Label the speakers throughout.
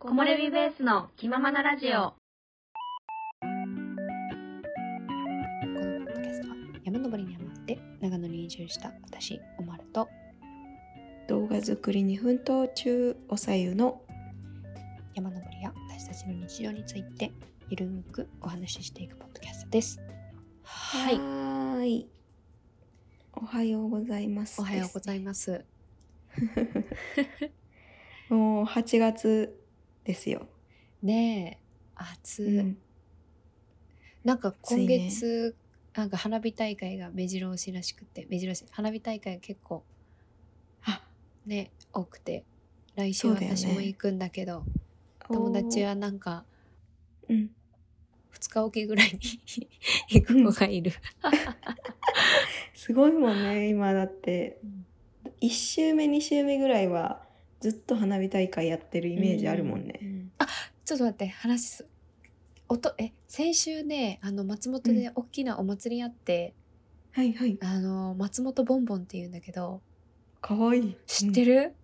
Speaker 1: 木漏れ日ベースの気ままなラジオ。
Speaker 2: このポッドキャストは山登りにハマって長野に移住した私おまると
Speaker 3: 動画作りに奮闘中おさゆの
Speaker 2: 山登りや私たちの日常についてゆるーくお話ししていくポッドキャスト です。はい、
Speaker 3: はーいおはようございます
Speaker 2: おはようございます。
Speaker 3: すもう8月ですよ、
Speaker 2: ねえ、暑い、
Speaker 3: うん
Speaker 2: なんか
Speaker 3: 暑
Speaker 2: 今
Speaker 3: いね
Speaker 2: 月、なんか花火大会が目白押しらしくて目白押し花火大会結構
Speaker 3: あ
Speaker 2: ね多くて来週
Speaker 3: そうだよね
Speaker 2: 私も行くんだけど友達はなんか
Speaker 3: おーうん
Speaker 2: 2日おきぐらいに 行く子がいる。
Speaker 3: すごいもんね今だって
Speaker 2: うん
Speaker 3: 1週目2週目ぐらいはずっと花火大会やってるイメージあるもんね、
Speaker 2: うあちょっと待って話すおとえ先週ねあの松本で大きなお祭りあって、
Speaker 3: はいはい
Speaker 2: あの松本ボンボンって言うんだけど
Speaker 3: かわいい
Speaker 2: 知って
Speaker 3: る、
Speaker 2: る、
Speaker 3: うん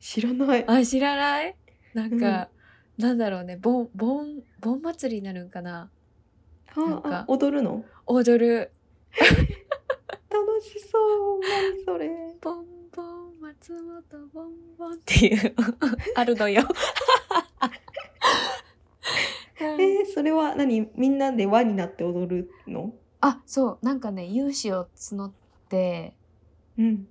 Speaker 3: 知らない
Speaker 2: あ知らないなんか、なんだろうねボンボンボン祭りになるんかな
Speaker 3: あ
Speaker 2: なんか
Speaker 3: あ踊るの
Speaker 2: 踊る
Speaker 3: 楽しそう何それ
Speaker 2: ボンボン松本ボンボンっていう あるのよ
Speaker 3: えーそれは何みんなで輪になって踊るの
Speaker 2: あそうなんかね勇姿を募って
Speaker 3: うん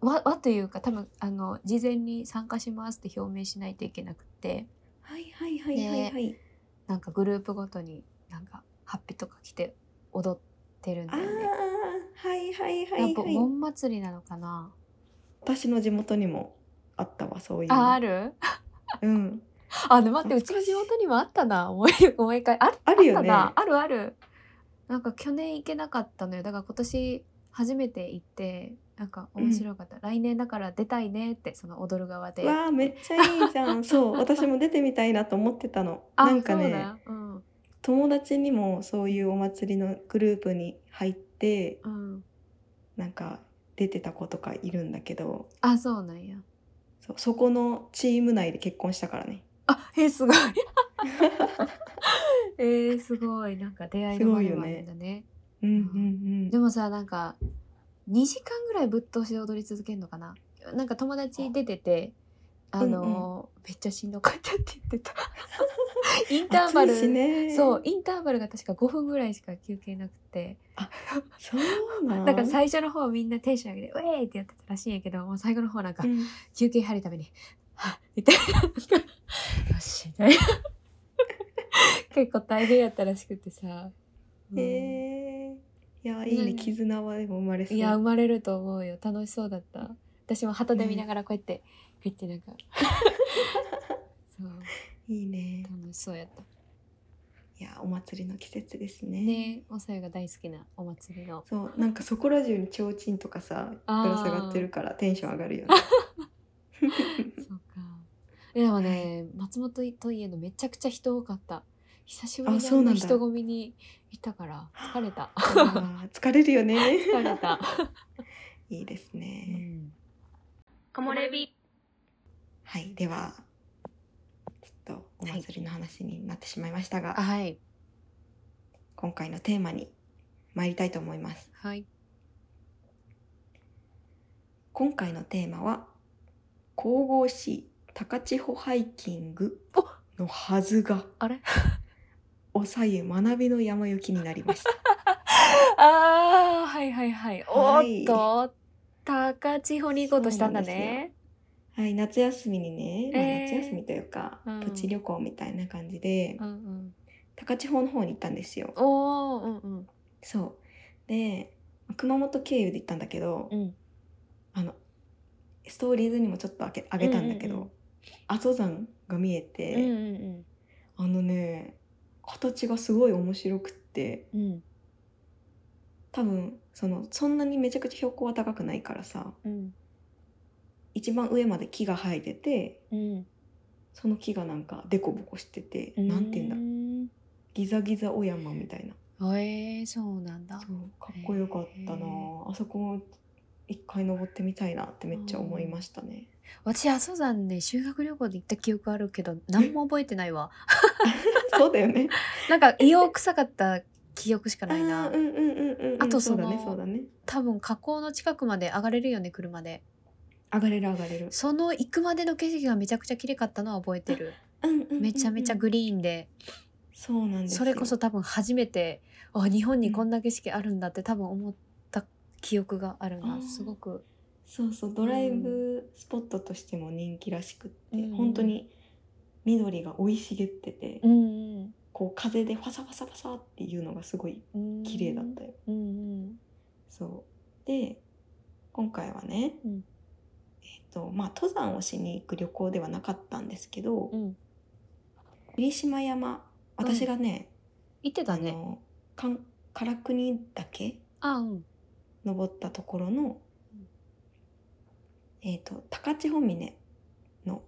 Speaker 2: わわというか多分あの事前に参加しますって表明しないといけなくて
Speaker 3: はいはいはいはいはい、
Speaker 2: なんかグループごとになんかハッピーとか来て踊ってるん
Speaker 3: あ
Speaker 2: だ
Speaker 3: あ
Speaker 2: よね。
Speaker 3: はいはいは
Speaker 2: やっ
Speaker 3: い
Speaker 2: ぱ
Speaker 3: はい
Speaker 2: 盆祭りなのかな、
Speaker 3: 私の地元にもあったわそういう
Speaker 2: ああ
Speaker 3: る
Speaker 2: る
Speaker 3: うん
Speaker 2: あでも待ってうちの
Speaker 3: 懐かしい
Speaker 2: 地元にもあったな思い 思い返あ
Speaker 3: あるよね
Speaker 2: あったなあるあるなんか去年行けなかったのよだから今年初めて行ってなんか面白かった、来年だから出たいねってその踊る側で
Speaker 3: わあめっちゃいいじゃ んそう私も出てみたいなと思ってたの
Speaker 2: あ
Speaker 3: なんか
Speaker 2: そう
Speaker 3: ね
Speaker 2: だうん
Speaker 3: 友達にもそういうお祭りのグループに入って
Speaker 2: うん
Speaker 3: なんか出てた子とかいるんだけど
Speaker 2: あそうなんや
Speaker 3: そうそこのチーム内で結婚したからね
Speaker 2: あえーすごい えー、すごいなんか出会いの場でもあるんだね
Speaker 3: うんうんうん
Speaker 2: でもさなんか2時間ぐらいぶっ通しで踊り続けるのかななんか友達出ててあのーめっちゃしんどかったって言ってた インターバ
Speaker 3: 暑
Speaker 2: ル
Speaker 3: いしね
Speaker 2: そうインターバルが確か5分ぐらいしか休憩なくて
Speaker 3: そうなん
Speaker 2: なんか最初の方みんなテンション上げて「ウェーイ!」ってやってたらしいんやけどもう最後の方なんか
Speaker 3: うん
Speaker 2: 休憩入るために「はっ」みたいな なんかよしみたいな結構大変やったらしくてさ、うん
Speaker 3: えー、いやいい
Speaker 2: な
Speaker 3: ね
Speaker 2: んか
Speaker 3: 絆はでも生まれそう
Speaker 2: いや生まれると思うよ楽しそうだった私も旗で見ながらこうやって、こうやって なんかそう
Speaker 3: いいね
Speaker 2: 楽しそうやった
Speaker 3: いやお祭りの季節ですね
Speaker 2: ねおさゆが大好きなお祭りの
Speaker 3: そうなんかそこら中に提灯とかさ
Speaker 2: あー
Speaker 3: ぶら下がってるからテンション上が るよね
Speaker 2: そうかいやでもね松本といえどめちゃくちゃ人多かった久しぶり
Speaker 3: あそう
Speaker 2: に
Speaker 3: な
Speaker 2: あ
Speaker 3: ん
Speaker 2: の
Speaker 3: だ
Speaker 2: 人混みにいたから疲れ た
Speaker 3: あー疲れるよね
Speaker 2: 疲れた、
Speaker 3: いいですね、
Speaker 2: うん
Speaker 1: 木漏れ日。
Speaker 3: はいではちょっとお祭りの話になってしまいましたが、
Speaker 2: あはい
Speaker 3: 今回のテーマに参りたいと思います
Speaker 2: はい
Speaker 3: 今回のテーマは神々しい高千穂ハイキングのはずが
Speaker 2: あ れ
Speaker 3: おさゆ学びの山行きになり ました
Speaker 2: あーはいはいはい、
Speaker 3: はい
Speaker 2: おっと高千穂に行こうとしたんだ
Speaker 3: そうなん
Speaker 2: ね
Speaker 3: はい夏休みにね、まあ
Speaker 2: えー
Speaker 3: 夏休みというか、
Speaker 2: うん
Speaker 3: プチ旅行みたいな感じで、
Speaker 2: うんうん
Speaker 3: 高千穂の方に行ったんですよ
Speaker 2: おおうんうん
Speaker 3: そうで熊本経由で行ったんだけど、
Speaker 2: うん
Speaker 3: あのストーリーズにもちょっとあげあげたんだけど、
Speaker 2: うんうんうん
Speaker 3: 阿蘇山が見え
Speaker 2: うん
Speaker 3: て、
Speaker 2: うん
Speaker 3: あのね形がすごい面白くって
Speaker 2: うんうん
Speaker 3: 多分そのそんなにめちゃくちゃ標高は高くないからさ
Speaker 2: うん
Speaker 3: 一番上まで木が生えてて
Speaker 2: うん
Speaker 3: その木がなんかデコボコしてて、なんて言うんだ
Speaker 2: うん
Speaker 3: ギザギザお山みたいな
Speaker 2: だえー、そうなんだ
Speaker 3: そうかっこよかったな、
Speaker 2: へー
Speaker 3: あそこも一回登ってみたいなってめっちゃ思いましたね。
Speaker 2: 私阿蘇山ね修学旅行で行った記憶あるけど何も覚えてないわ
Speaker 3: そうだよね。
Speaker 2: なんか硫黄臭かった記憶しか
Speaker 3: あ
Speaker 2: ない
Speaker 3: ー
Speaker 2: な
Speaker 3: うんうんうんうん。
Speaker 2: あと
Speaker 3: そうだ
Speaker 2: そ
Speaker 3: ね
Speaker 2: の
Speaker 3: そうだね。
Speaker 2: 多分火口の近くまで上がれるよね車で
Speaker 3: 上がれる上がれる。
Speaker 2: その行くまでの景色がめちゃくちゃ綺麗かったのは覚えてる
Speaker 3: うんうんうんうん
Speaker 2: めちゃめちゃグリーンで
Speaker 3: そうなんですよ
Speaker 2: それこそ多分初めてあ日本にこんな景色あるんだって多分思った記憶がある
Speaker 3: あー
Speaker 2: なすごく
Speaker 3: そうそうドライブスポットとしても人気らしくって、
Speaker 2: うん
Speaker 3: 本当に緑が生い茂ってて、
Speaker 2: うん
Speaker 3: こう風でファサファサファサっていうのがすごい
Speaker 2: うん
Speaker 3: 綺麗だったよ。
Speaker 2: うんうん
Speaker 3: そうで今回はね、
Speaker 2: うん
Speaker 3: えっとまあ、登山をしに行く旅行ではなかったんですけど
Speaker 2: うん
Speaker 3: 霧島山私がね,、
Speaker 2: 行ってた
Speaker 3: あ
Speaker 2: ね
Speaker 3: のかん唐国岳
Speaker 2: あうん
Speaker 3: 登ったところの、
Speaker 2: うん
Speaker 3: えっ、と高千穂峰の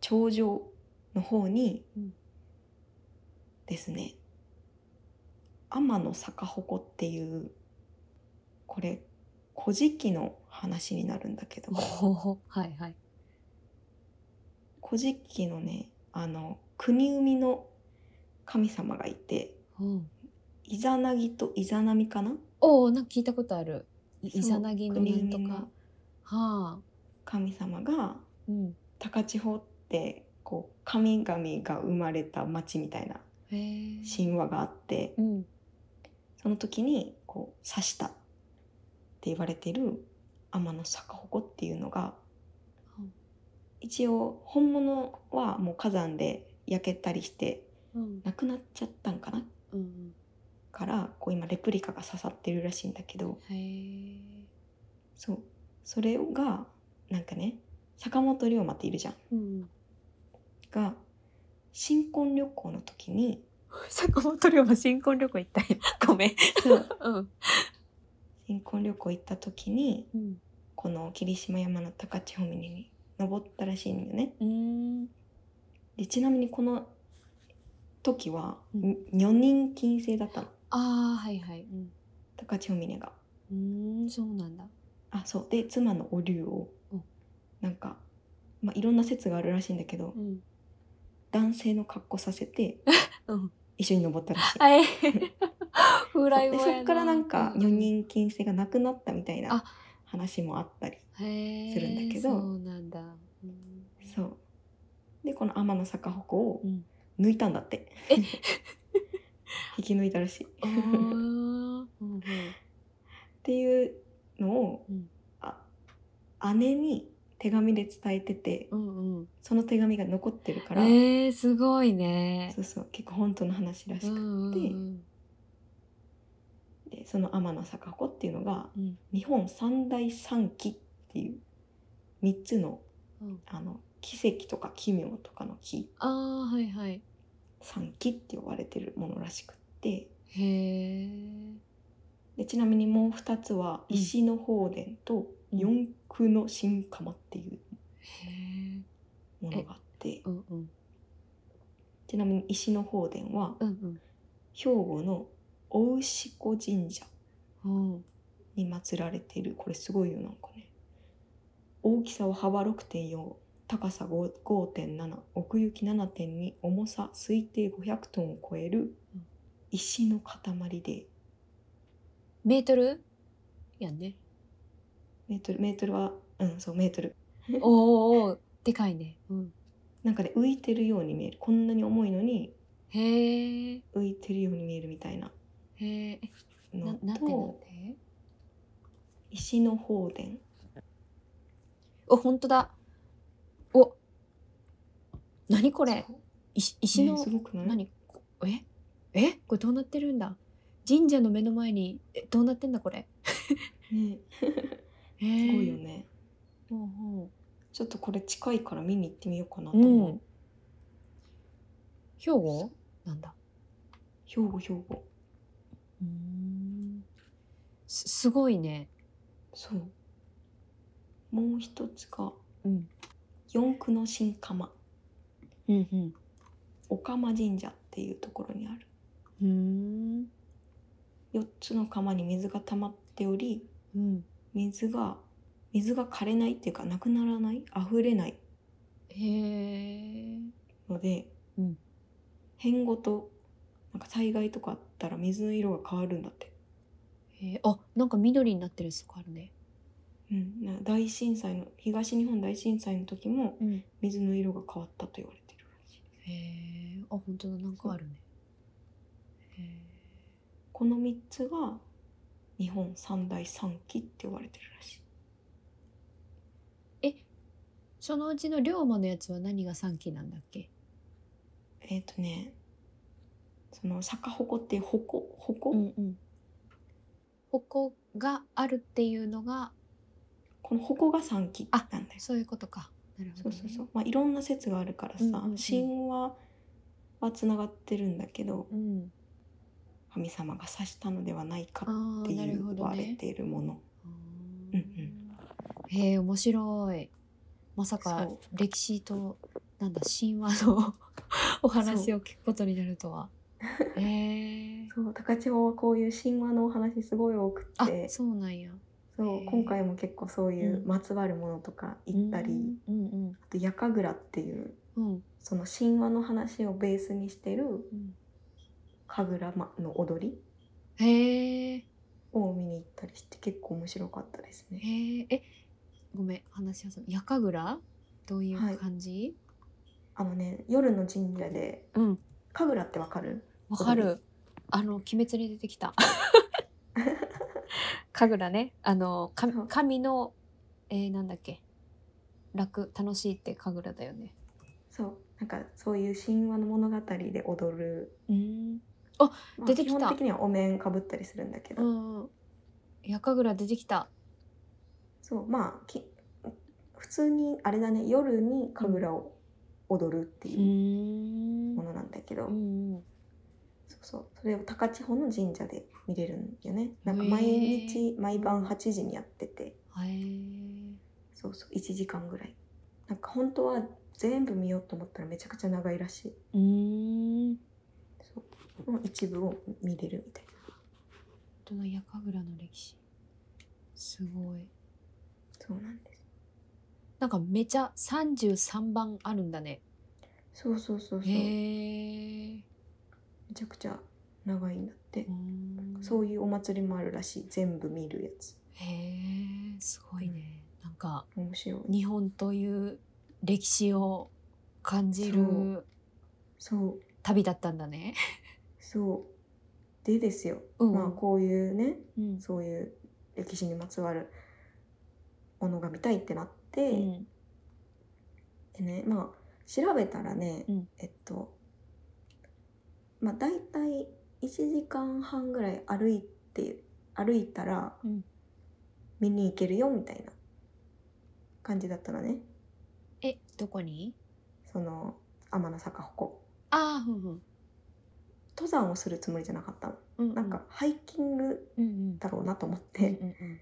Speaker 3: 頂上の方に
Speaker 2: うん
Speaker 3: ですね、天の逆鉾っていうこれ「古事記」の話になるんだけど
Speaker 2: おお はいはい
Speaker 3: 古事記のねあの国生みの神様がいて
Speaker 2: うん
Speaker 3: イザナギとイザナミかな
Speaker 2: おおなんか聞いたことあるい
Speaker 3: そう
Speaker 2: イザナギのなんと
Speaker 3: 国生み
Speaker 2: か
Speaker 3: の
Speaker 2: はあ
Speaker 3: 神様が
Speaker 2: うん
Speaker 3: 高千穂ってこう神々が生まれた町みたいな
Speaker 2: へえ
Speaker 3: 神話があって
Speaker 2: うん
Speaker 3: その時にこう刺したって言われてる天の逆鉾っていうのが
Speaker 2: うん
Speaker 3: 一応本物はもう火山で焼けたりして
Speaker 2: うん
Speaker 3: なくなっちゃったんかな
Speaker 2: うん
Speaker 3: からこう今レプリカが刺さってるらしいんだけど
Speaker 2: へえ
Speaker 3: そうそれがなんかね坂本龍馬っているじゃん
Speaker 2: うん
Speaker 3: が新婚旅行の時に
Speaker 2: 坂本龍馬新婚旅行行ったんやごめん
Speaker 3: そう
Speaker 2: うん
Speaker 3: 新婚旅行行った時に
Speaker 2: うん
Speaker 3: この霧島山の高千穂峰に登ったらしいんだよね
Speaker 2: うん
Speaker 3: でちなみにこの時は
Speaker 2: うん
Speaker 3: に女人禁制だったの
Speaker 2: ああはいはいうん
Speaker 3: 高千穂峰が
Speaker 2: うーんそうなんだ
Speaker 3: あそうで妻のお竜を
Speaker 2: うん
Speaker 3: なんか、まあ、いろんな説があるらしいんだけど
Speaker 2: うん
Speaker 3: 男性の格好させて
Speaker 2: うん
Speaker 3: 一緒に登ったらしい
Speaker 2: あ え風来坊
Speaker 3: そうで
Speaker 2: やな
Speaker 3: そっからなんか
Speaker 2: う
Speaker 3: 女人禁制がなくなったみたいな
Speaker 2: あ
Speaker 3: 話もあったり
Speaker 2: へえ
Speaker 3: するんだけど
Speaker 2: そうなんだうん
Speaker 3: そうでこの天の逆鉾を
Speaker 2: うん
Speaker 3: 抜いたんだって、
Speaker 2: え
Speaker 3: 引き抜いたらしいっ
Speaker 2: あーうんうん
Speaker 3: ていうのを、
Speaker 2: うん
Speaker 3: あ姉に手紙で伝えてて
Speaker 2: うんうん
Speaker 3: その手紙が残ってるから、
Speaker 2: えー、すごいね
Speaker 3: そうそう結構本当の話らし
Speaker 2: う
Speaker 3: く
Speaker 2: ん
Speaker 3: て、
Speaker 2: うん
Speaker 3: でその天の逆鉾っていうのが
Speaker 2: うん
Speaker 3: 日本三大三奇っていう3つの
Speaker 2: うん
Speaker 3: あの奇跡とか奇妙とかの奇
Speaker 2: ああはいはい
Speaker 3: 三奇って呼ばれてるものらしくって。
Speaker 2: へえ
Speaker 3: でちなみにもう2つは
Speaker 2: うん
Speaker 3: 石の放電と
Speaker 2: うん
Speaker 3: 四駆の神釜っていう
Speaker 2: へえ
Speaker 3: ものがあって、
Speaker 2: うんうん
Speaker 3: ちなみに石の放電は
Speaker 2: うん
Speaker 3: 兵庫の大牛子神社
Speaker 2: うんうん
Speaker 3: に祀られているこれすごいよなんかね大きさは幅6.4高さ5 5.7奥行き7.2重さ推定500トンを超える
Speaker 2: うん
Speaker 3: 石の塊で
Speaker 2: メートルやんね
Speaker 3: メートルメートルはうんそうメートル
Speaker 2: おーおーおーでかいねうん
Speaker 3: なんかね浮いてるように見えるこんなに重いのに
Speaker 2: へえ
Speaker 3: 浮いてるように見えるみたいな
Speaker 2: へえな
Speaker 3: の
Speaker 2: なんてなん
Speaker 3: と
Speaker 2: て
Speaker 3: 石の放電
Speaker 2: お本当だお何これ石石の、
Speaker 3: ねすごくない
Speaker 2: 何こええこれどうなってるんだ神社の目の前にえどうなってんだこれ
Speaker 3: ね
Speaker 2: すご
Speaker 3: すごいよね
Speaker 2: うん
Speaker 3: ちょっとこれ近いから見に行ってみようかなと
Speaker 2: うん、
Speaker 3: 思う、
Speaker 2: うん、兵庫なんだ
Speaker 3: 兵庫兵庫
Speaker 2: うーんすすごいね
Speaker 3: そうもう一つが
Speaker 2: うん
Speaker 3: 四駆の新釜
Speaker 2: うんうん
Speaker 3: 御釜神社っていうところにある
Speaker 2: うーん
Speaker 3: 4つの釜に水が溜まっており
Speaker 2: うん
Speaker 3: 水が水が枯れないっていうかなくならない溢れない
Speaker 2: へえ。
Speaker 3: ので、
Speaker 2: うん
Speaker 3: 変ごとなんか災害とかあったら水の色が変わるんだって、
Speaker 2: へえ。あ、なんか緑になってるやつとかあるね。
Speaker 3: うん、な大震災の東日本大震災の時も
Speaker 2: うん。
Speaker 3: 水の色が変わったと言われてるらしい
Speaker 2: へえ。あ、本当だ。なんかあるね。へ
Speaker 3: この3つが日本三大三奇って呼ばれてるらしい
Speaker 2: え。え、そのうちの龍馬のやつは何が三期なんだっけ？
Speaker 3: えっ、とねその逆鉾っていう鉾鉾、
Speaker 2: うんうん。ここがあるっていうのが
Speaker 3: この鉾が三奇なんだよ
Speaker 2: そういうことか。なるほど、
Speaker 3: そう
Speaker 2: ね。
Speaker 3: そうそう。まあいろんな説があるから
Speaker 2: う
Speaker 3: さ、
Speaker 2: んうんうん
Speaker 3: 神話はつながってるんだけど
Speaker 2: うん。
Speaker 3: 神様が指したのではないか
Speaker 2: あ
Speaker 3: っ
Speaker 2: あ、
Speaker 3: て
Speaker 2: ないる
Speaker 3: う
Speaker 2: ほ
Speaker 3: 言
Speaker 2: ど
Speaker 3: われ
Speaker 2: ね。
Speaker 3: ているもの。
Speaker 2: うん
Speaker 3: うんうん
Speaker 2: へえ面白いまさか
Speaker 3: そう
Speaker 2: 歴史となんだ神話の お話
Speaker 3: そ
Speaker 2: を聞くことになるとはへえ
Speaker 3: そう高千穂はこういう神話のお話すごい多く
Speaker 2: あ
Speaker 3: て
Speaker 2: そうなんや
Speaker 3: そう
Speaker 2: へえ
Speaker 3: 今回も結構そういううんまつわるものとか行ったり、
Speaker 2: うんうん
Speaker 3: あと「やかぐら」っていう
Speaker 2: うん
Speaker 3: その神話の話をベースにしてる
Speaker 2: うん
Speaker 3: 神楽の踊り
Speaker 2: へえ
Speaker 3: を見に行ったりして結構面白かったですね。
Speaker 2: へええごめん話はそのやかぐらどうい
Speaker 3: はいう
Speaker 2: 感じ、
Speaker 3: あのね夜の神社で
Speaker 2: うん
Speaker 3: 神楽ってわかる
Speaker 2: わか
Speaker 3: 踊
Speaker 2: るあの鬼滅に出てき たかぐらねあのか
Speaker 3: そう
Speaker 2: 神のえー、なんだっけ楽楽しいってかぐらだよね
Speaker 3: そうなんかそういう神話の物語で踊る、
Speaker 2: うん
Speaker 3: まあ
Speaker 2: 出てきた
Speaker 3: 基本的にはお面かぶったりするんだけど、
Speaker 2: うんやかぐら出てきた
Speaker 3: そうまあき普通にあれだね夜に神楽を踊るって
Speaker 2: う
Speaker 3: いう
Speaker 2: ーん
Speaker 3: ものなんだけど、
Speaker 2: うんうん
Speaker 3: そうそうそれを高千穂の神社で見れるんよねなんか
Speaker 2: へえ
Speaker 3: 毎日毎晩8時にやってて
Speaker 2: へえ
Speaker 3: そうそう1時間ぐらいなんか本当は全部見ようと思ったらめちゃくちゃ長いらしいう
Speaker 2: ーん
Speaker 3: そうもう一部を見れるみたいな
Speaker 2: 大人やかぐらの歴史すごい
Speaker 3: そうなんです
Speaker 2: なんかめちゃ33番あるんだね
Speaker 3: そうそうそうそう、
Speaker 2: へえ
Speaker 3: めちゃくちゃ長いんだって
Speaker 2: うー、ん
Speaker 3: そういうお祭りもあるらしい全部見るやつ
Speaker 2: へえすごいね、なんか
Speaker 3: 面白い
Speaker 2: 日本という歴史を感じ
Speaker 3: そ
Speaker 2: る
Speaker 3: うそう
Speaker 2: 旅だったんだね。
Speaker 3: そうでですよ、
Speaker 2: うん
Speaker 3: まあこういうね
Speaker 2: うん
Speaker 3: そういう歴史にまつわるものが見たいってなって、
Speaker 2: うん
Speaker 3: でねまあ調べたらね、
Speaker 2: うん
Speaker 3: えっとまあ大体1時間半ぐらい歩いて歩いたら
Speaker 2: うん
Speaker 3: 見に行けるよみたいな感じだったのね
Speaker 2: えどこに
Speaker 3: その天の坂鉾
Speaker 2: ああふんふん
Speaker 3: 登山をするつもりじゃなかったの
Speaker 2: うん
Speaker 3: なんかハイキング
Speaker 2: うんうん
Speaker 3: だろうなと思って、
Speaker 2: うんうんうん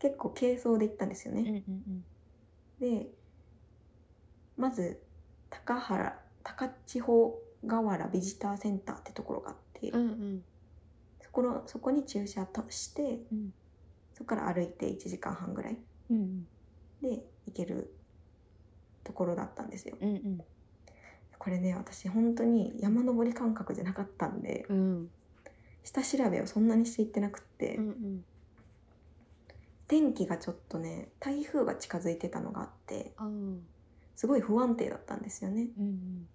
Speaker 3: 結構軽装で行ったんですよ
Speaker 2: うんう
Speaker 3: ね、
Speaker 2: ん
Speaker 3: でまず高原高千穂河原ビジターセンターってところがあって、
Speaker 2: うんうん
Speaker 3: そこのそこに駐車として、
Speaker 2: うん
Speaker 3: そこから歩いて1時間半ぐらい
Speaker 2: うん
Speaker 3: で行けるところだったんですよ。
Speaker 2: うんうん
Speaker 3: これね私本当に山登り感覚じゃなかったんで
Speaker 2: うんうん
Speaker 3: 下調べをそんなにしていってなくって、
Speaker 2: うんうん
Speaker 3: 天気がちょっとね台風が近づいてたのがあって
Speaker 2: ああうん
Speaker 3: すごい不安定だったんですよね。
Speaker 2: うん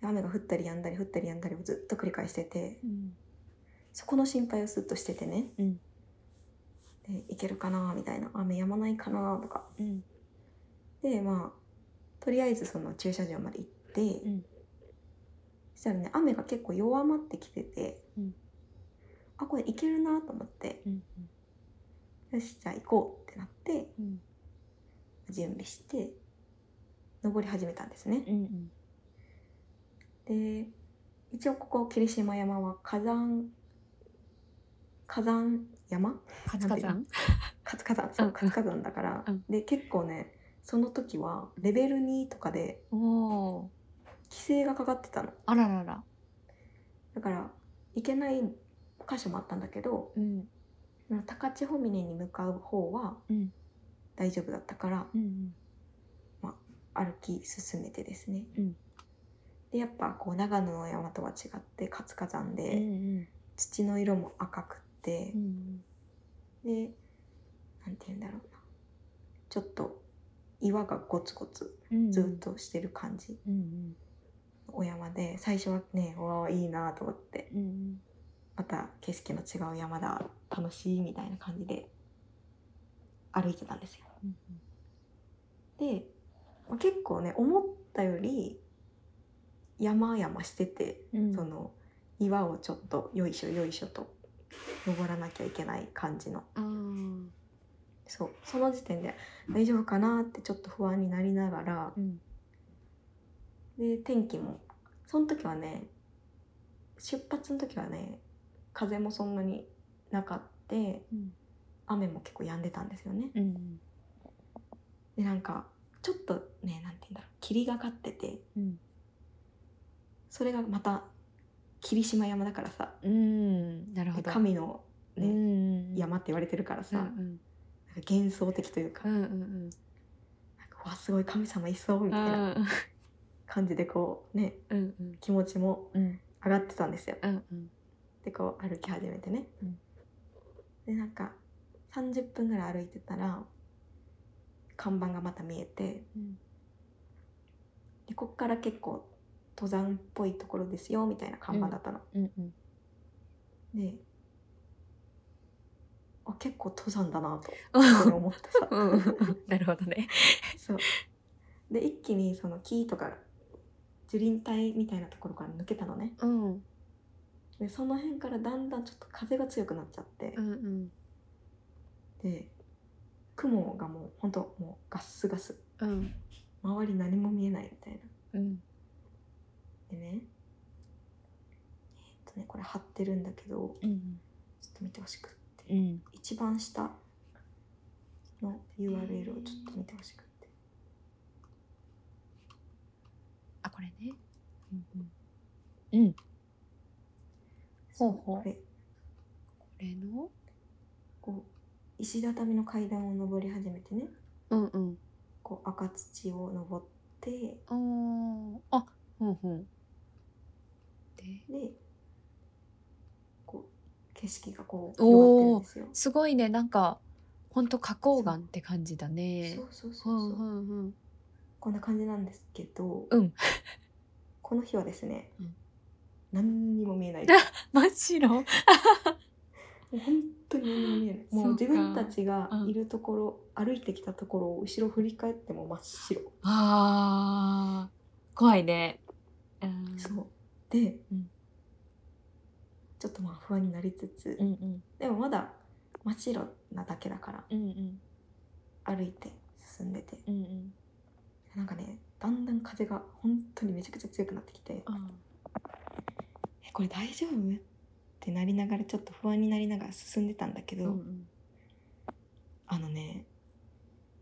Speaker 3: 雨が降ったりやんだり降ったりやんだりをずっと繰り返してて
Speaker 2: うん
Speaker 3: そこの心配をずっとしててね、
Speaker 2: うん
Speaker 3: で行けるかなみたいな雨やまないかなとか
Speaker 2: うん
Speaker 3: でまあとりあえずその駐車場まで行って、
Speaker 2: ん
Speaker 3: そしたらね雨が結構弱まってきてて、
Speaker 2: うん
Speaker 3: あこれ行けるなと思って
Speaker 2: うん
Speaker 3: よしじゃあ行こうってなって
Speaker 2: うん
Speaker 3: 準備して登り始めたんですね
Speaker 2: う、ん
Speaker 3: で一応ここ霧島山は火山火山山
Speaker 2: カツカツン
Speaker 3: 活火山そう
Speaker 2: うん
Speaker 3: 活火山だから、
Speaker 2: うん
Speaker 3: で結構ねその時はレベル2とかで
Speaker 2: おお
Speaker 3: 規制がかかってたの
Speaker 2: あららら
Speaker 3: だから行けない箇所もあったんだけど
Speaker 2: うん
Speaker 3: な高千穂峰に向かう方は
Speaker 2: うん
Speaker 3: 大丈夫だったから
Speaker 2: うん
Speaker 3: 歩き進めてですね、
Speaker 2: うん
Speaker 3: でやっぱこう長野の山とは違って活火山
Speaker 2: う
Speaker 3: で、
Speaker 2: ん
Speaker 3: 土の色も赤くって
Speaker 2: う、ん
Speaker 3: でなんて言うんだろうなちょっと岩がゴツゴツ
Speaker 2: うん
Speaker 3: ずっとしてる感じ
Speaker 2: うん
Speaker 3: のお山で、最初はねうわあいいなと思って
Speaker 2: うんうん
Speaker 3: また景色の違う山だ楽しいみたいな感じで歩いてたんですよ。
Speaker 2: うん
Speaker 3: で、まあ結構ね思ったより山々してて、
Speaker 2: うん
Speaker 3: その岩をちょっとよいしょよいしょと登らなきゃいけない感じの
Speaker 2: あー
Speaker 3: そうその時点で大丈夫かなってちょっと不安になりながら
Speaker 2: うん
Speaker 3: で天気もその時はね出発の時はね風もそんなになかって
Speaker 2: うん
Speaker 3: 雨も結構止んでたんですよね。
Speaker 2: うん
Speaker 3: でなんかちょっとねなんて言うんだろう霧がかってて
Speaker 2: うん
Speaker 3: それがまた霧島山だからさ
Speaker 2: うんなるほ
Speaker 3: で
Speaker 2: ど
Speaker 3: 神の、
Speaker 2: う
Speaker 3: ね
Speaker 2: ん
Speaker 3: 山って言われてるからさ、
Speaker 2: う
Speaker 3: なんか
Speaker 2: ん
Speaker 3: 幻想的というか,、
Speaker 2: うんう
Speaker 3: なん
Speaker 2: うん
Speaker 3: かわすごい神様いそうみたいな
Speaker 2: あー
Speaker 3: 感じでこうね
Speaker 2: うんうん
Speaker 3: 気持ちも
Speaker 2: うん
Speaker 3: 上がってたんですよ。
Speaker 2: うんうん
Speaker 3: でこう歩き始めてね、
Speaker 2: うん
Speaker 3: でなんか30分ぐらい歩いてたら看板がまた見えて
Speaker 2: うん
Speaker 3: でこっから結構登山っぽいところですよみたいな看板だったの、
Speaker 2: うんうん
Speaker 3: であ結構登山だ なと
Speaker 2: うん
Speaker 3: 思ってさ
Speaker 2: うんなるほどね
Speaker 3: そうで一気にその木とか樹林帯みたいなところから抜けたのね
Speaker 2: うんうん
Speaker 3: でその辺からだんだんちょっと風が強くなっちゃって、
Speaker 2: うん
Speaker 3: で雲がもうほんともうガッスガス
Speaker 2: うん
Speaker 3: 周り何も見えないみたいな
Speaker 2: うん
Speaker 3: でねえっとねこれ貼ってるんだけど
Speaker 2: うん
Speaker 3: ちょっと見てほしくって
Speaker 2: うん
Speaker 3: 一番下の URL をちょっと見てほしくって
Speaker 2: あこれねうんうんうんほうほう
Speaker 3: これ
Speaker 2: これの
Speaker 3: こう石畳の階段を登り始めてね
Speaker 2: うんうん
Speaker 3: こう赤土を登って
Speaker 2: あーあ、うんうん。で、
Speaker 3: でこう景色がこう広がってる
Speaker 2: おー
Speaker 3: んですよ。
Speaker 2: すごいね、なんか、ほんと花崗岩って感じだね
Speaker 3: そ。うそうそう
Speaker 2: う
Speaker 3: そう。
Speaker 2: んうんうん。
Speaker 3: こんな感じなんですけど、
Speaker 2: うん
Speaker 3: この日はですね、
Speaker 2: うん
Speaker 3: 何にも見 えないも
Speaker 2: 真っ白。
Speaker 3: う本当に何にも見えないもう
Speaker 2: そうか
Speaker 3: 自分たちが
Speaker 2: うん
Speaker 3: いるところ、歩いてきたところを後ろ振り返っても真っ白、
Speaker 2: ああ、怖いね。うん
Speaker 3: そうで、
Speaker 2: うん
Speaker 3: ちょっとまあ不安になりつつ、
Speaker 2: うんうん
Speaker 3: でもまだ真っ白なだけだから
Speaker 2: うんうん
Speaker 3: 歩いて進んでて
Speaker 2: うんうん。
Speaker 3: なんかねだんだん風が本当にめちゃくちゃ強くなってきて
Speaker 2: あ
Speaker 3: 「えこれ大丈夫?」ってなりながらちょっと不安になりながら進んでたんだけ
Speaker 2: ー
Speaker 3: ど、
Speaker 2: うんうん。
Speaker 3: あのね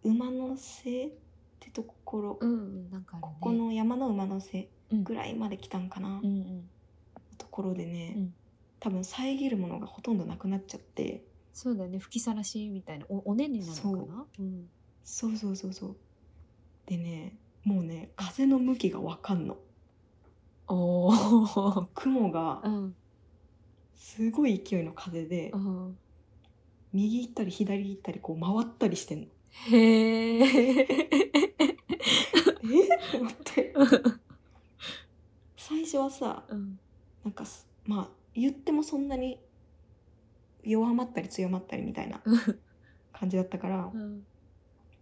Speaker 3: 馬の背ってところ、
Speaker 2: うんうん、なんかあるね。
Speaker 3: ここの山の馬の背
Speaker 2: うん
Speaker 3: ぐらいまで来たんかな、
Speaker 2: うんうん。
Speaker 3: ところでね、
Speaker 2: うん
Speaker 3: 多分遮るものがほとんどなくなっちゃって
Speaker 2: そうだよね、吹きさらしみたいな、お、おねねなのかな。うん。
Speaker 3: そうそうそうそうでねもうね風の向きがわかんの
Speaker 2: おお。
Speaker 3: 雲が
Speaker 2: うん
Speaker 3: すごい勢いの風で、
Speaker 2: うん。
Speaker 3: 右行ったり左行ったりこう回ったりしてんの
Speaker 2: へえ。
Speaker 3: えっと思って最初はさ
Speaker 2: うん
Speaker 3: なんかすまあ言ってもそんなに弱まったり強まったりみたいな
Speaker 2: うん
Speaker 3: 感じだったから
Speaker 2: う、ん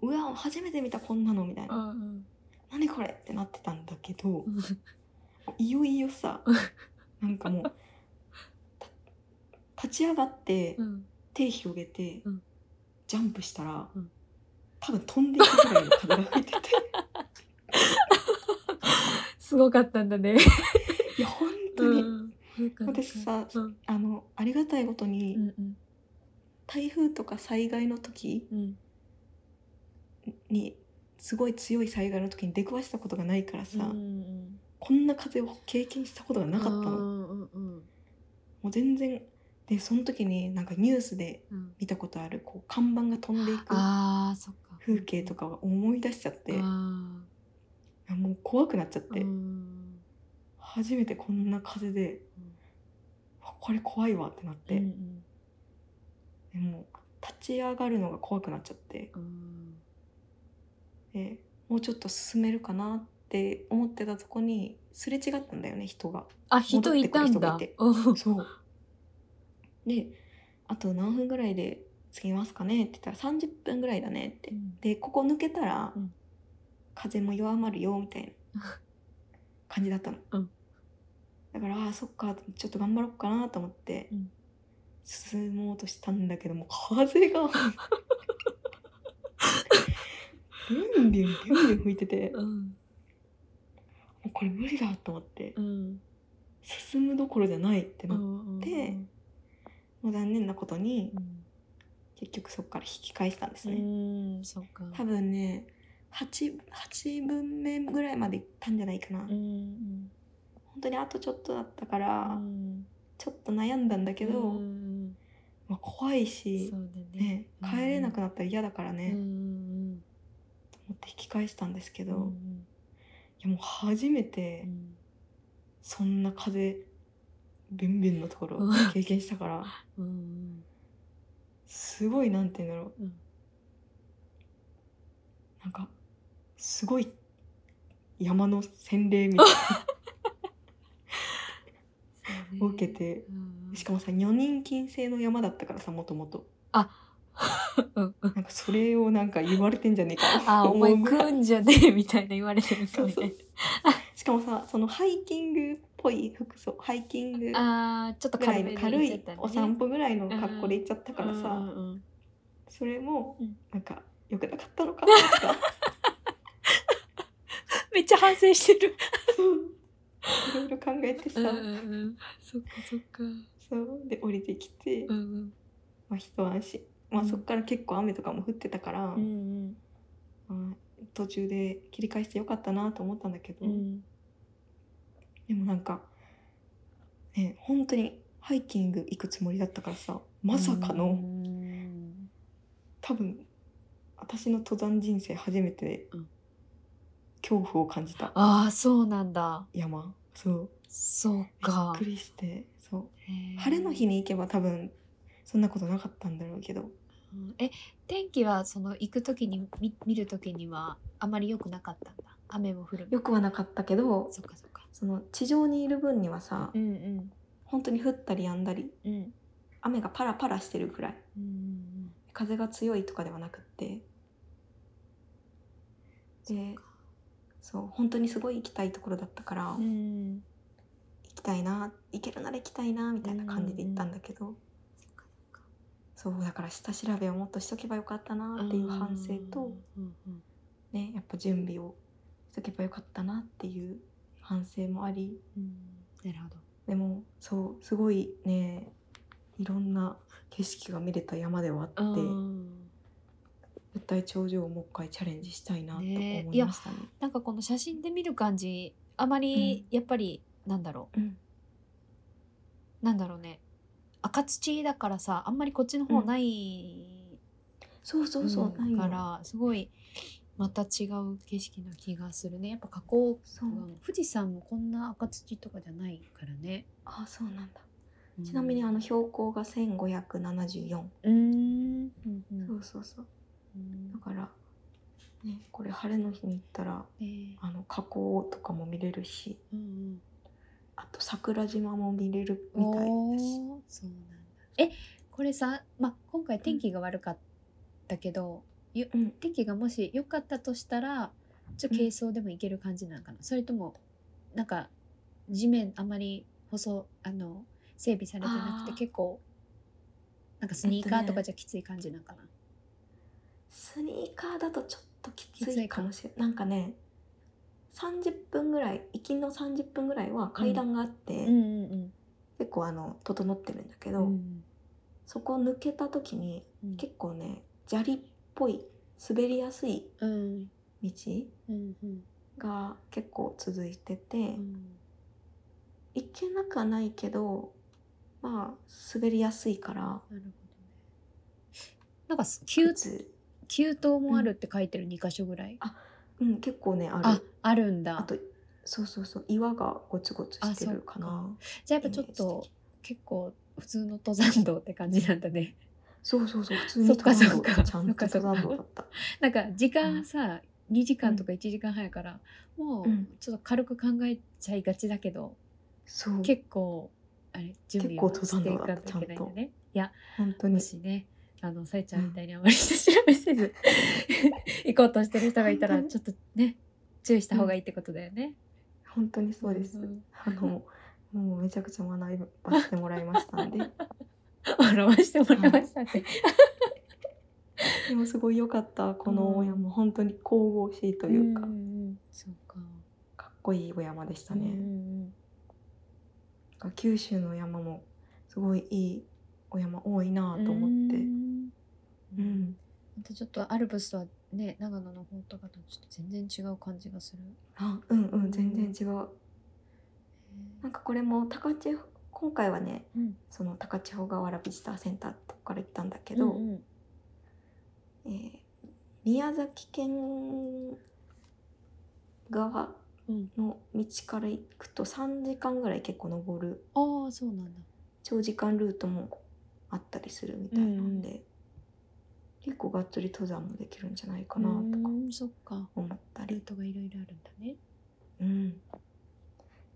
Speaker 3: うわ初めて見たこんなのみたいな、
Speaker 2: うん
Speaker 3: 何これってなってたんだけど
Speaker 2: う、ん。
Speaker 3: いよいよさ
Speaker 2: うん
Speaker 3: なんかもうた立ち上がって、
Speaker 2: うん
Speaker 3: 手広げて、
Speaker 2: うん
Speaker 3: ジャンプしたら、
Speaker 2: うん
Speaker 3: 多分飛んでいくぐらいの風が吹いてて
Speaker 2: すごかったんだね。
Speaker 3: いや本当に、私
Speaker 2: 私
Speaker 3: さ
Speaker 2: うん
Speaker 3: あのありがたいことに、
Speaker 2: うん
Speaker 3: 台風とか災害の時
Speaker 2: うん
Speaker 3: にすごい強い災害の時に出くわしたことがないからさ、
Speaker 2: うん
Speaker 3: こんな風を経験したことがなかったの。
Speaker 2: うんうんうん
Speaker 3: もう全然でその時になんかニュースで
Speaker 2: うん
Speaker 3: 見たことあるこう看板が飛んでいく
Speaker 2: あーそっか
Speaker 3: 風景とかを思い出しちゃって
Speaker 2: あ
Speaker 3: あもう怖くなっちゃっ
Speaker 2: ー
Speaker 3: て、
Speaker 2: うん
Speaker 3: 初めてこんな風であこれ怖いわってなって、
Speaker 2: うん
Speaker 3: でも立ち上がるのが怖くなっちゃって
Speaker 2: うんうん
Speaker 3: でもうちょっと進めるかなって思ってたとこにすれ違ったんだよね人が。
Speaker 2: あ人いたん
Speaker 3: 戻
Speaker 2: だ
Speaker 3: って
Speaker 2: うん
Speaker 3: そうであと何分ぐらいで着きますかねって言ったら30分ぐらいだねって
Speaker 2: うん
Speaker 3: でここ抜けたら、
Speaker 2: うん
Speaker 3: 風も弱まるよみたい な感じだったの、
Speaker 2: うん
Speaker 3: だからあーそっかちょっと頑張ろうかなと思って、
Speaker 2: うん
Speaker 3: 進もうとしたんだけどもう 風がビュンビュンビュンビュン吹いてても
Speaker 2: うん
Speaker 3: うこれ無理だと思って
Speaker 2: うん
Speaker 3: 進むどころじゃないってなって、
Speaker 2: で
Speaker 3: もう残念なことに
Speaker 2: うん
Speaker 3: 結局そこから引き返したんです
Speaker 2: う
Speaker 3: ね、
Speaker 2: んそうか
Speaker 3: 多分ね 8, 8分目ぐらいまで行ったんじゃないかな、
Speaker 2: うんうん
Speaker 3: 本当にあとちょっとだったか
Speaker 2: う
Speaker 3: ら、
Speaker 2: ん
Speaker 3: ちょっと悩んだんだけど、
Speaker 2: うん
Speaker 3: まあ、怖い
Speaker 2: うん
Speaker 3: し
Speaker 2: そ、うだね
Speaker 3: ね帰れなく
Speaker 2: っ
Speaker 3: なったら嫌だからね、
Speaker 2: うんう
Speaker 3: と
Speaker 2: ん
Speaker 3: 思って引き返したんですけ
Speaker 2: う
Speaker 3: ど、い
Speaker 2: ん
Speaker 3: やもう初め
Speaker 2: う
Speaker 3: て
Speaker 2: ん
Speaker 3: そんな風ビュンビュンのところを
Speaker 2: うん
Speaker 3: 経験したから、
Speaker 2: うん
Speaker 3: すごいなんて言うんだろう
Speaker 2: うん
Speaker 3: なんかすごい山の洗礼みたい なのを受けて。しかもさ女人禁制の山だったからさもともと
Speaker 2: うんうん
Speaker 3: なんかそれをなんか言われてんじゃねえかな
Speaker 2: あ、
Speaker 3: と
Speaker 2: お
Speaker 3: 思
Speaker 2: 前
Speaker 3: うぐら
Speaker 2: 来
Speaker 3: い
Speaker 2: んじゃねえ みたいな言われてる
Speaker 3: そう
Speaker 2: み
Speaker 3: そ
Speaker 2: た
Speaker 3: う
Speaker 2: い
Speaker 3: しかもさそのハイキングっぽい服装ハイキングぐ
Speaker 2: な。あー、ちょっと
Speaker 3: ら
Speaker 2: 軽
Speaker 3: い
Speaker 2: め
Speaker 3: の
Speaker 2: で
Speaker 3: 軽
Speaker 2: 言っちゃ
Speaker 3: い
Speaker 2: ったね
Speaker 3: お散歩ぐらいの格好で行っちゃったから
Speaker 2: うんう
Speaker 3: さ
Speaker 2: んうん
Speaker 3: それも
Speaker 2: うん
Speaker 3: なんか良くなかったのかなとか
Speaker 2: めっちゃ反省してる。
Speaker 3: そういろいろ考えてさ
Speaker 2: うんうんうん。そっかそっか。
Speaker 3: そうで降りてきて
Speaker 2: うんうん。
Speaker 3: まあ一安心まあ
Speaker 2: うん
Speaker 3: そっから結構雨とかも降ってたから
Speaker 2: うん
Speaker 3: まあ途中で切り返してよかったなと思ったんだけど
Speaker 2: うん。うん
Speaker 3: でもなんか、ね、本当にハイキング行くつもりだったからさまさかの、
Speaker 2: うん
Speaker 3: 多分私の登山人生初めて
Speaker 2: うん
Speaker 3: 恐怖を感じた
Speaker 2: ああ、そうなんだ。
Speaker 3: 山そう
Speaker 2: そう
Speaker 3: び
Speaker 2: か
Speaker 3: っく。りしてそ
Speaker 2: へー
Speaker 3: う晴れの日に行けば多分そんなことなかったんだろうけど
Speaker 2: うんえ、天気はその行くときに見見るときにはあまり良くなかったんだ。雨も降る。
Speaker 3: よくはなかったけど
Speaker 2: そっかそっか。
Speaker 3: その地上にいる分にはさ、
Speaker 2: うんうん
Speaker 3: 本当に降ったりやんだり
Speaker 2: うん
Speaker 3: 雨がパラパラしてるくらい
Speaker 2: うんうん
Speaker 3: 風が強いとかではなくってでそう本当にすごい行きたいところだったから、
Speaker 2: うん。うん。
Speaker 3: 行きたいな行けるなら行きたいなみたいな感じで行ったんだけど、
Speaker 2: そっかそっか。
Speaker 3: そうだから下調べをもっとしとけばよかったなっていう反省と、
Speaker 2: うんうん
Speaker 3: ね、やっぱ準備をしとけばよかったなっていう反省もあり
Speaker 2: うん、なるほど。
Speaker 3: でもそうすごいねいろんな景色が見れた山ではあって
Speaker 2: うん
Speaker 3: 絶対頂上をもう一回チャレンジしたいなと思
Speaker 2: ね
Speaker 3: いましたね。
Speaker 2: なんかこの写真で見る感じ、あまりやっぱり、なんだろ
Speaker 3: うん
Speaker 2: う、なんだろうね。赤土だからさ、あんまりこっちの方
Speaker 3: うん
Speaker 2: ない、
Speaker 3: そうそうそう、
Speaker 2: うん
Speaker 3: ない
Speaker 2: か
Speaker 3: よ
Speaker 2: ら、すごいまた違う景色な気がするね。やっぱ河口、
Speaker 3: そう
Speaker 2: 富士山もこんな赤土とかじゃないからね。
Speaker 3: あそうなんだ
Speaker 2: うん
Speaker 3: ちなみにあの標高が1574、
Speaker 2: うーん、うんうん
Speaker 3: そうそうそう
Speaker 2: うん
Speaker 3: だから、ね、これ晴れの日に行ったら
Speaker 2: ね
Speaker 3: あの火口とかも見れるし
Speaker 2: うんうん
Speaker 3: あと桜島も見れるみ
Speaker 2: お
Speaker 3: たいだし
Speaker 2: ーそうなんだえこれさ、まあ、今回天気が悪かったけど、よ
Speaker 3: うん
Speaker 2: 天気がもし良かったとしたらちょっと軽装でもいける感じなのかな、それともなんか地面あまり細あの整備されてなくて
Speaker 3: あー
Speaker 2: 結構なんかスニーカ
Speaker 3: えっと
Speaker 2: ー
Speaker 3: ね
Speaker 2: とかじゃきつい感じなのかな、
Speaker 3: スニーカーだとちょっとき
Speaker 2: き
Speaker 3: つ
Speaker 2: つ
Speaker 3: い
Speaker 2: いか
Speaker 3: かもしれないなんかね30分ぐらい行きの30分ぐらいは階段があって、
Speaker 2: うんうん
Speaker 3: 結構あの整ってるんだけ
Speaker 2: う
Speaker 3: ど、
Speaker 2: んうん
Speaker 3: そこを抜けた時に
Speaker 2: うん
Speaker 3: 結構ね砂利っぽい滑りやすい
Speaker 2: うん
Speaker 3: 道
Speaker 2: うんうん
Speaker 3: が結構続いてて、
Speaker 2: うん
Speaker 3: 行けなくはないけど、まあ滑りやすいから
Speaker 2: なるほどね。なんかす急
Speaker 3: 靴
Speaker 2: 急登もあるって書いてる二箇所ぐらい。
Speaker 3: うん、結構ねある
Speaker 2: ああるんだ。
Speaker 3: あとそうそうそう岩がゴツゴツしてるかな
Speaker 2: じゃあやっぱちょっと結構普通の登山道って感じなんだね。
Speaker 3: そうそうそう普通に
Speaker 2: そっか
Speaker 3: 登山
Speaker 2: そっ
Speaker 3: 道
Speaker 2: か
Speaker 3: ちゃんと
Speaker 2: そっかそっか
Speaker 3: 登山道だった
Speaker 2: なんか時間さ、2時間とか1時間早いから、もう
Speaker 3: うん
Speaker 2: ちょっと軽く考えちゃいがちだけど、
Speaker 3: そう
Speaker 2: 結構あれ準備を
Speaker 3: 結
Speaker 2: し
Speaker 3: 構
Speaker 2: てい
Speaker 3: 登
Speaker 2: かな
Speaker 3: 山道だ
Speaker 2: き
Speaker 3: っ
Speaker 2: ゃ
Speaker 3: た
Speaker 2: いけないんだね。いや
Speaker 3: 本当
Speaker 2: も
Speaker 3: に
Speaker 2: しねあのさえちゃんみたいにあまり下調べせず 行こうとしてる人がいたらちょっとね注意した方がいいってことだよね。
Speaker 3: 本当にそうです、
Speaker 2: ん
Speaker 3: あのもうめちゃくちゃ学ばせてもらいました んで
Speaker 2: 笑わしてもらいましたね。
Speaker 3: でもすごい良かったこのお山本当に神々しいというか、
Speaker 2: んんんそうか。
Speaker 3: かっこいいお山でしたね、
Speaker 2: うんうんうん
Speaker 3: なんか九州の山もすごいいいお山多いなと思って
Speaker 2: うーん
Speaker 3: うん、
Speaker 2: またちょっとアルプスとはね長野の方とかとちょっと全然違う感じがする。
Speaker 3: あうんうん全然違うなんかこれも高千穂今回はね
Speaker 2: うん
Speaker 3: その高千穂河原ビジターセンターとから行ったんだけ
Speaker 2: け
Speaker 3: ど、
Speaker 2: うんうん
Speaker 3: えー宮崎県側
Speaker 2: うん
Speaker 3: の道から行くと3時間ぐらい結構登る
Speaker 2: ああそうなんだ。
Speaker 3: 長時間ルートもあったりするみたいなんで、
Speaker 2: う
Speaker 3: 結構がっつり登山もできるんじゃないかなとか
Speaker 2: うーんそっか
Speaker 3: 思った
Speaker 2: ルー
Speaker 3: り、
Speaker 2: トがいろいろあるんだね。
Speaker 3: うん、い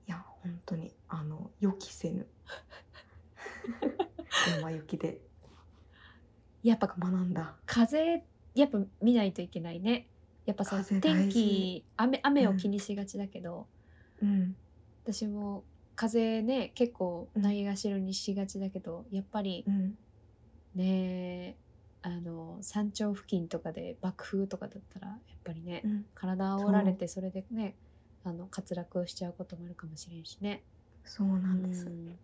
Speaker 3: や本当にあの予期せ ぬ山雪で
Speaker 2: やっぱ
Speaker 3: 学んだ。
Speaker 2: 風やっぱ見ないといけないね。やっぱさ
Speaker 3: 風
Speaker 2: 天
Speaker 3: 大事
Speaker 2: 気雨雨を気にしがちだけど、
Speaker 3: うん
Speaker 2: 私も風ね結構ないがしろにしがちだけどやっぱり
Speaker 3: うん
Speaker 2: ねあの山頂付近とかで爆風とかだったらやっぱりね
Speaker 3: うん、
Speaker 2: 体を折られてそれでねあの滑落しちゃうこともあるかもしれんしね。
Speaker 3: そうなんです、
Speaker 2: う
Speaker 3: だ
Speaker 2: ん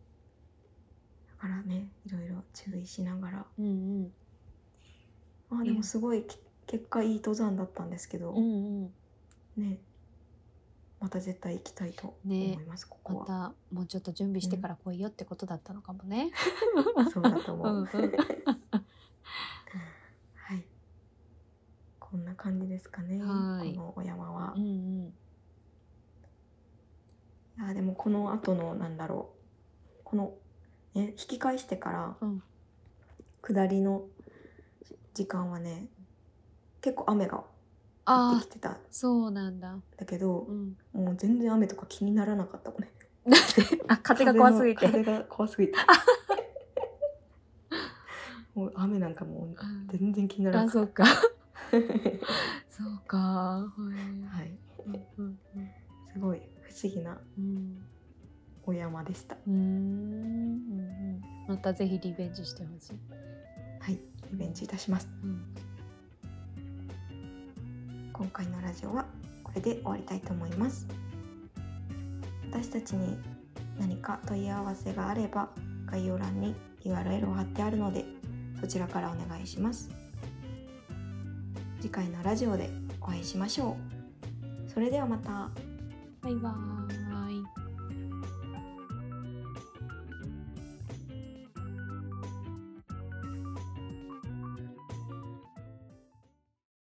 Speaker 3: からねいろいろ注意しながら
Speaker 2: うん
Speaker 3: あでもすごいき結果いい登山だったんですけど、
Speaker 2: うんうん。
Speaker 3: ねまた絶対行きたいと思います、ここ
Speaker 2: ま
Speaker 3: は。
Speaker 2: たもうちょっと準備してから来いよってことだったのかもね。
Speaker 3: そうだと 思う。
Speaker 2: うんうん
Speaker 3: はい。こんな感じですかね。こ
Speaker 2: はい
Speaker 3: のお山は。
Speaker 2: う
Speaker 3: い
Speaker 2: ん
Speaker 3: やでもこの後のなんだろう。このね引き返してから、
Speaker 2: うん
Speaker 3: 下りの時間はね、結構雨が降っ
Speaker 2: あ
Speaker 3: て
Speaker 2: あ
Speaker 3: きてたん
Speaker 2: そうなんだ。
Speaker 3: だけど
Speaker 2: う、ん。
Speaker 3: もう全然雨とか気にならなかったもんね。
Speaker 2: あ 風が怖すぎて。
Speaker 3: 風の風が怖すぎて。もう雨なんかもう全然気になら
Speaker 2: あ
Speaker 3: なか
Speaker 2: そ
Speaker 3: っ
Speaker 2: うか。
Speaker 3: た。
Speaker 2: そうか。はい。
Speaker 3: はい。
Speaker 2: うんうんうん
Speaker 3: すごい不思議な
Speaker 2: うん。
Speaker 3: お山でした。
Speaker 2: うーんうんうんまたぜひリベンジしてほしい。
Speaker 3: はい、リベンジいたします。
Speaker 2: うん、
Speaker 3: 今回のラジオはこれで終わりたいと思います。私たちに何か問い合わせがあれば概要欄に URL を貼ってあるのでそちらからお願いします。次回のラジオでお会いしましょう。それではまた。
Speaker 2: バイバーイ。